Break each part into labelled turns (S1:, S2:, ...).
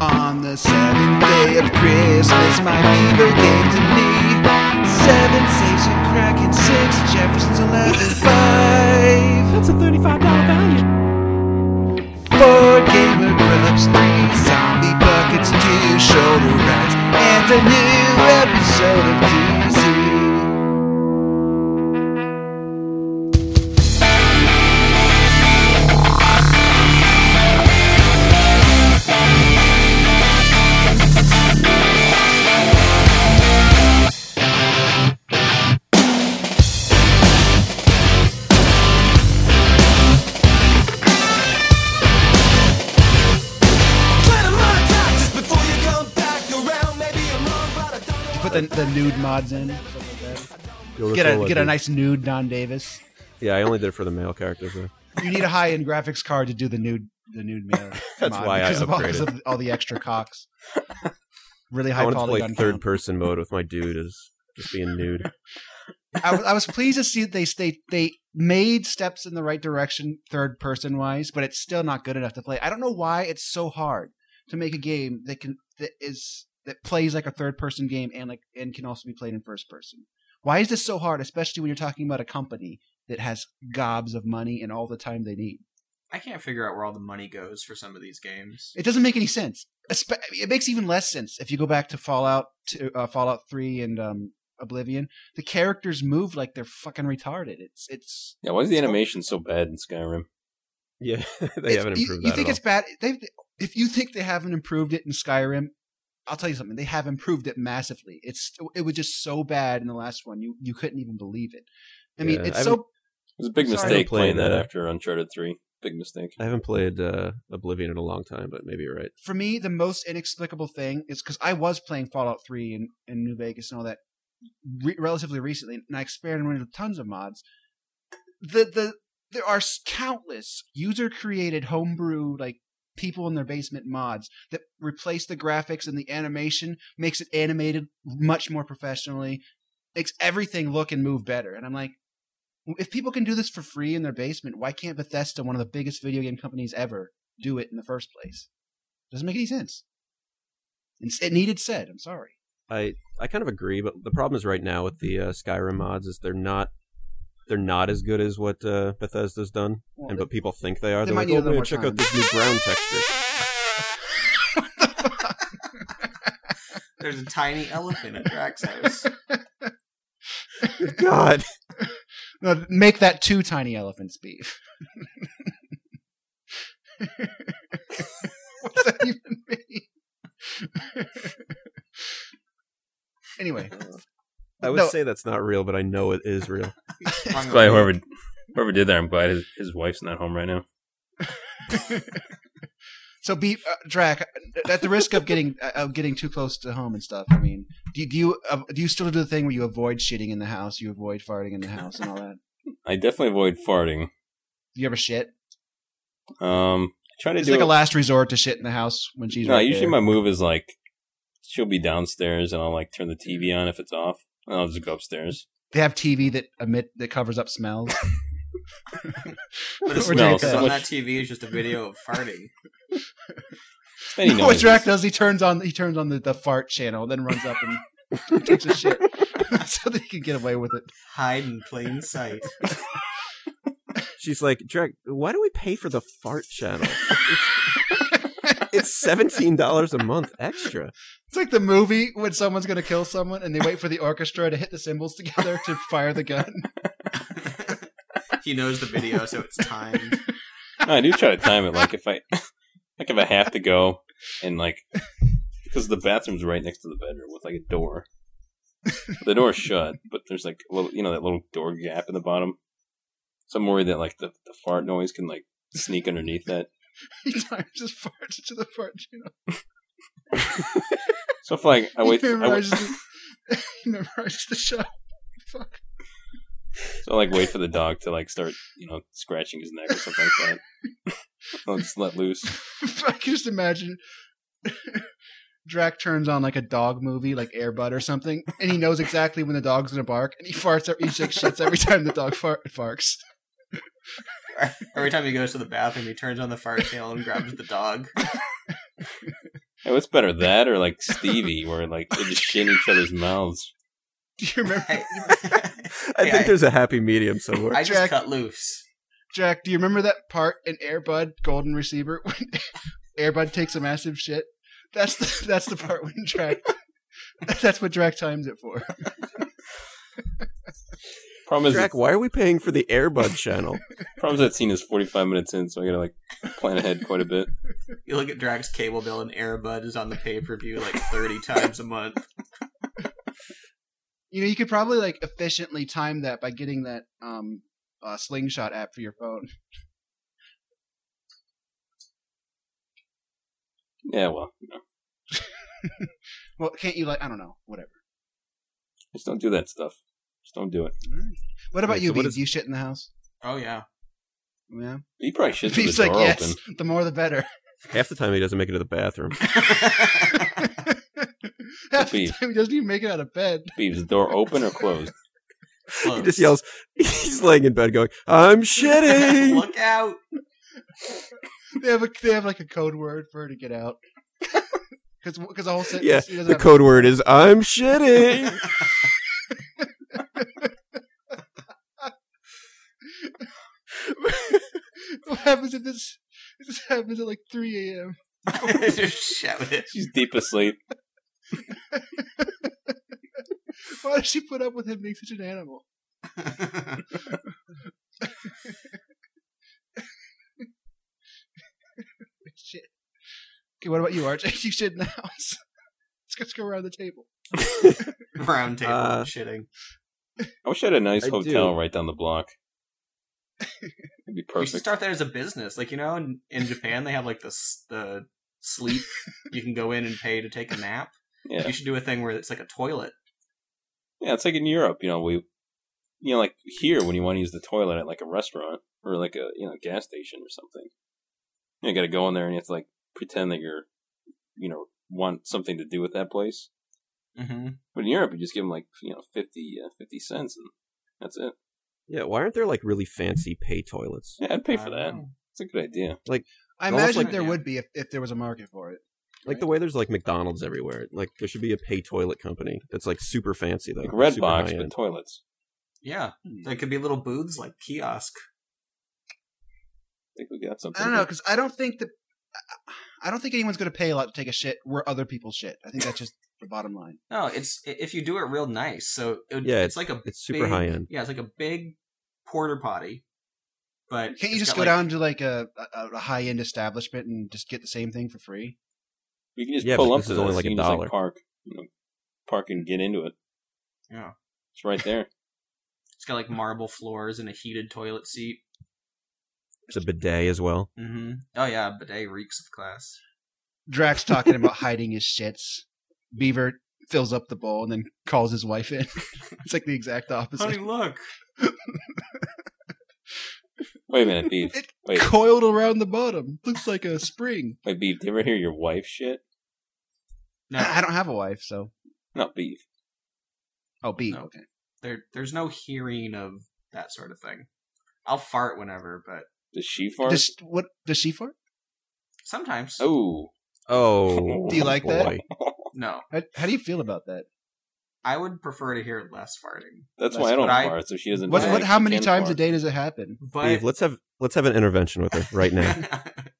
S1: On the seventh day of Christmas, my beaver gave to me seven safes and Kraken six, Jefferson's eleven five,
S2: That's a $35 value.
S1: four gamer grubs, three zombie buckets, two shoulder rats, and a new episode of DZ.
S3: Put the, the nude mods in.
S4: Yo,
S3: Get
S4: that's all
S3: a
S4: I
S3: get a
S4: do.
S3: nice nude Don Davis.
S4: Yeah, I only did it for the male characters. Though.
S3: You need a high end graphics card to do the nude the nude mirror.
S4: That's
S3: mod
S4: why I
S3: because of all-
S4: upgraded.
S3: because of all the extra cocks. Really
S4: I
S3: high
S4: wanted to
S3: quality
S4: play
S3: gun
S4: third
S3: count.
S4: person mode with my dude as just being nude.
S3: I was, I was pleased to see that they they they made steps in the right direction third person wise, but it's still not good enough to play. I don't know why it's so hard to make a game that can that is that plays like a third person game and like and can also be played in first person. Why is this so hard, especially when you're talking about a company that has gobs of money and all the time they need?
S5: I can't figure out where all the money goes for some of these games.
S3: It doesn't make any sense. Espe- It makes even less sense if you go back to Fallout to uh, Fallout Three and um, Oblivion. The characters move like they're fucking retarded. It's it's
S6: Yeah, why is the animation so bad in Skyrim?
S4: Yeah, they
S3: It's-
S4: haven't
S3: you-
S4: improved
S3: You,
S4: that
S3: think
S4: at
S3: it's bad? They've, if you think they haven't improved it in Skyrim, I'll tell you something. They have improved it massively. It's it was just so bad in the last one, you you couldn't even believe it. I mean,
S4: Yeah,
S3: it's
S4: I
S3: so
S6: It was a big
S3: Sorry.
S6: mistake
S4: Playing
S6: playing that
S4: that.
S6: after Uncharted 3. Big mistake.
S4: all. I haven't played uh, Oblivion in a long time, but maybe you're right.
S3: for me the most inexplicable thing is because I was playing Fallout Three and, and New Vegas and all that re- relatively recently, and I experimented with tons of mods. The the there are s- countless user created homebrew like people in their basement mods that replace the graphics and the animation, makes it animated much more professionally, makes everything look and move better. And I'm like, if people can do this for free in their basement, why can't Bethesda, one of the biggest video game companies ever, do it in the first place? Doesn't make any sense. It's, it needed said. I'm sorry.
S4: I I kind of agree, but the problem is right now with the uh, Skyrim mods is they're not they're not as good as what uh, Bethesda's done,
S3: Well,
S4: and but people think they are.
S3: they
S4: They're
S3: might
S4: like,
S3: need a
S4: oh,
S3: little
S4: man,
S3: more
S4: check
S3: time."
S4: out this new ground texture.
S5: There's a tiny elephant in Drax's house.
S4: God,
S3: No, make that two tiny elephants beef. What's that even mean? anyway,
S4: I would
S3: No.
S4: say that's not real, but I know it is real.
S6: I'm glad whoever, whoever did that, I'm glad his, his wife's not home right now.
S3: so beef uh, Drac. At the risk of getting uh, of getting too close to home and stuff, I mean, do, do you uh, do you still do the thing where you avoid shitting in the house, you avoid farting in the house, and all that?
S6: I definitely avoid farting.
S3: Do you ever shit?
S6: Um, I try to
S3: It's
S6: do
S3: like
S6: it-
S3: a last resort to shit in the house when she's
S6: No,
S3: right
S6: usually
S3: there.
S6: my move is like she'll be downstairs and I'll like turn the TV on if it's off, and I'll just go upstairs.
S3: They have TV that emit that covers up smells.
S5: But it's
S3: Or
S5: no,
S3: Jacob.
S5: so on that TV is just a video of farting.
S6: Any
S3: what
S6: noises.
S3: Drac does, he turns on he turns on the, the fart channel, then runs up and takes a shit so that he can get away with it.
S5: Hide in plain sight.
S4: She's like, Drake, why do we pay for the fart channel? it's seventeen dollars a month extra.
S3: It's like the movie when someone's gonna kill someone and they wait for the orchestra to hit the cymbals together to fire the gun.
S5: he knows the video, so it's timed.
S6: No, I do try to time it. Like if I, like if I have to go, and like because the bathroom's right next to the bedroom with like a door. the door's shut, but there's like a little, you know, that little door gap in the bottom. So I'm worried that like the, the fart noise can like sneak underneath that.
S3: he times his fart to the fart channel.
S6: So if like I wait,
S3: he
S6: I wait
S3: memorizes, the, he memorizes the shot. Fuck.
S6: so I like wait for the dog to like start, you know, scratching his neck or something like that. I'll just let loose.
S3: I can just imagine Drac turns on like a dog movie, like Airbud or something, and he knows exactly when the dog's gonna bark, and he farts. Every, he like shits every time the dog fart, farts.
S5: Every time he goes to the bathroom, he turns on the fart channel and grabs the dog.
S6: I Oh, it's better that or like Stevie, where like they just shit in each other's mouths.
S3: Do you remember,
S4: I
S5: Hey,
S4: think
S5: I-
S4: there's a happy medium somewhere.
S5: I just
S3: Jack-
S5: cut loose.
S3: Jack? Do you remember that part in Airbud Golden Receiver when Airbud takes a massive shit? That's the that's the part when Jack. That's what Drac times it for.
S6: Problem is,
S4: Jack, why are we paying for the Airbud channel?
S6: problem is that scene is forty five minutes in, so I gotta like plan ahead quite a bit.
S5: You look at Drax cable bill and Airbud is on the pay per view like thirty times a month.
S3: You know, you could probably like efficiently time that by getting that um uh, slingshot app for your phone.
S6: Yeah, well, you know,
S3: Well, can't you like I don't know, whatever.
S6: just don't do that stuff. Just don't do it.
S3: What about
S4: Wait,
S3: you?
S4: so what
S3: Beav?
S4: is-
S3: Do you shit in the house?
S5: Oh yeah.
S3: Yeah.
S6: He probably shits with
S3: Beav's
S6: the
S3: like,
S6: door
S3: yes.
S6: open.
S3: The more, the better.
S4: Half the time he doesn't make it to the bathroom.
S3: Half the
S6: Beav.
S3: time he doesn't even make it out of bed.
S6: Beav's the door open or closed?
S4: He just yells. He's laying in bed going, "I'm shitting."
S5: Look out!
S3: They have a they have like a code word for her to get out. Because because the whole sentence.
S4: Yeah,
S3: he doesn't
S4: the
S3: have-
S4: code word is "I'm shitting."
S3: what happens if this this happens at like 3 a.m.
S5: Just shout it.
S6: She's deep asleep.
S3: Why does she put up with him being such an animal? Shit. Okay, what about you, RJ? You shit in the house. Let's, let's go around the table.
S5: Round table
S4: Uh,
S5: shitting.
S6: I wish I had a nice
S4: I
S6: hotel
S4: do.
S6: right down the block. It'd be
S5: You should
S6: perfect.
S5: start that as a business, like you know, in, in Japan they have like the s- the sleep you can go in and pay to take a nap.
S6: Yeah.
S5: You should do a thing where it's like a toilet.
S6: Yeah, it's like in Europe, you know, we you know, like here when you want to use the toilet at like a restaurant or like a you know, gas station or something. You, know, you gotta go in there and you have to like pretend that you're you know, want something to do with that place.
S5: Mm-hmm.
S6: But in Europe you just give them like, you know, 50, uh, 50 cents and that's it.
S4: yeah, why aren't there like really fancy pay toilets?
S6: Yeah, I'd pay
S5: Uh,
S6: for that.
S5: Mm. oh,
S6: It's a good idea.
S3: I
S4: Almost
S3: imagine
S5: like-
S3: there would be if, if there was a market for it.
S4: Like the way there's like McDonald's everywhere. Like there should be a pay toilet company that's like super fancy though.
S6: Like Red
S4: super
S6: Box
S4: high-end.
S6: but toilets.
S5: Yeah,
S6: Hmm.
S5: there could be little booths like kiosk.
S6: I think we got something.
S3: I don't know because I don't think that I- I don't think anyone's going to pay a lot to take a shit where other people shit. I think that's just the bottom line.
S5: No, it's i- if you do it real nice. So it would,
S4: Yeah,
S5: it's, like a
S4: It's super
S5: big-
S4: high end.
S5: Yeah, it's like a big porter potty. But
S3: Can't you
S5: it's
S3: just
S5: got,
S3: go
S5: like-
S3: down to like a, a, a high end establishment and just get the same thing for free?
S6: You can just
S4: Yeah,
S6: pull
S4: but
S6: up
S4: this
S6: to
S4: is
S6: this.
S4: only like a
S6: you can just
S4: dollar.
S6: like park, you know, park and get into it.
S5: Yeah.
S6: It's right there.
S5: It's got like marble floors and a heated toilet seat.
S4: There's a bidet as well.
S5: Mm-hmm. Oh yeah, bidet reeks of class.
S3: Drax talking about hiding his shits. Beaver fills up the bowl and then calls his wife in. it's like the exact opposite.
S5: look.
S6: Wait a minute, Beef.
S3: It
S6: Wait,
S3: coiled around the bottom. Looks like a spring.
S6: wait, Beef. Do you ever hear your wife shit?
S5: No,
S3: I don't have a wife, so
S6: Not Beef.
S3: oh, B.
S5: No.
S3: Okay.
S5: there, there's no hearing of that sort of thing. I'll fart whenever, but
S6: Does she fart?
S3: Does what does she fart?
S5: sometimes
S6: oh,
S4: Oh,
S6: Do you
S3: like that?
S4: boy.
S5: no.
S3: How, how do you feel about that?
S5: I would prefer to hear less farting.
S6: that's
S3: That's
S6: why I don't
S5: what I-
S6: fart. So she doesn't.
S3: What,
S6: know
S3: what?
S6: that
S3: How
S6: she
S3: many
S6: can
S3: times
S6: fart.
S3: a day does it happen?
S5: But
S4: Dave, let's have let's have an intervention with her right now.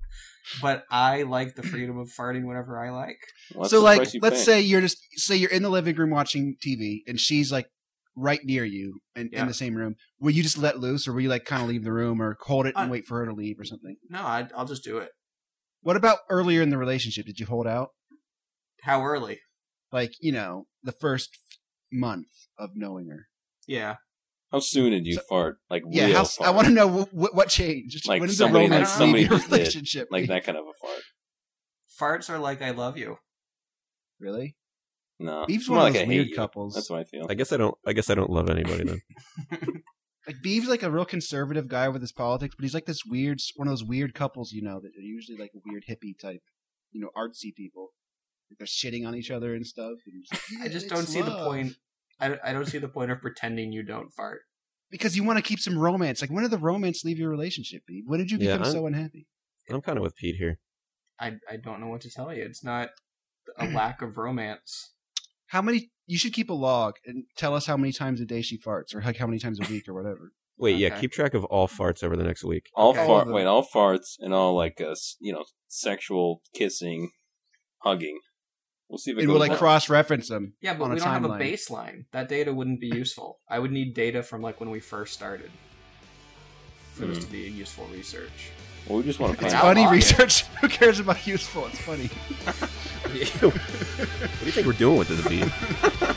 S5: but I like the freedom of farting whenever I like.
S6: Well, that's
S3: so
S6: the
S3: like
S6: price you
S3: let's
S6: pay.
S3: say you're just say you're in the living room watching TV and she's like right near you and
S5: Yeah.
S3: in the same room. Will you just let loose or will you like kind of leave the room or hold it
S6: Uh
S3: and
S5: I-
S3: wait for her to leave or something?
S5: No, I, I'll just do it.
S3: What about earlier in the relationship? Did you hold out?
S5: How early?
S3: Like, you know, the first month of knowing her.
S5: Yeah.
S6: how soon did you
S3: So-
S6: fart? Like
S3: Yeah,
S6: real
S3: how,
S6: fart.
S3: I want to know wh- wh- what changed.
S6: Like
S3: when did
S6: somebody-
S3: the romance
S5: like
S3: leave
S5: somebody
S3: your
S6: just did,
S3: relationship?
S6: like that kind of a fart.
S5: Farts are like I love you.
S3: Really?
S6: No,
S3: Beef's
S6: More
S3: one of
S6: like
S3: those
S6: I hate
S3: weird
S6: you.
S3: couples.
S6: That's what I feel.
S4: I guess I don't. I guess I don't love anybody then.
S3: Like Beeves like a real conservative guy with his politics, but he's like this weird one of those weird couples, you know, that are usually like a weird hippie type, you know, artsy people. Like they're shitting on each other and stuff. And just,
S5: I
S3: "Yeah,
S5: just
S3: it's
S5: don't see the
S3: love."
S5: point. I, I don't see the point of pretending you don't fart.
S3: because you want to keep some romance. Like when did the romance leave your relationship? Beeve? When did you
S4: Yeah,
S3: become
S4: I'm-
S3: so unhappy?
S4: I'm kind of with Pete here.
S5: I I don't know what to tell you. It's not a lack of romance.
S3: How many? You should keep a log and tell us how many times a day she farts, or like how many times a week, or whatever.
S4: Wait, yeah,
S5: Okay.
S4: keep track of all farts over the next week.
S6: All
S5: Okay.
S3: All
S6: fart,
S3: of
S6: wait,
S3: them.
S6: all farts and all like uh, s- you know sexual kissing, hugging. We'll see if it
S3: And
S6: goes
S3: we'll like
S6: up.
S3: cross reference them.
S5: Yeah, but
S3: On a
S5: we don't have a
S3: timeline.
S5: baseline. That data wouldn't be useful. I would need data from like when we first started for this
S6: Hmm.
S5: to be useful research.
S6: Well, we just want to
S3: It's
S5: Wow.
S6: find.
S3: funny
S5: Wow.
S3: research. Who cares about useful? It's funny.
S4: what do you think we're doing with this beat?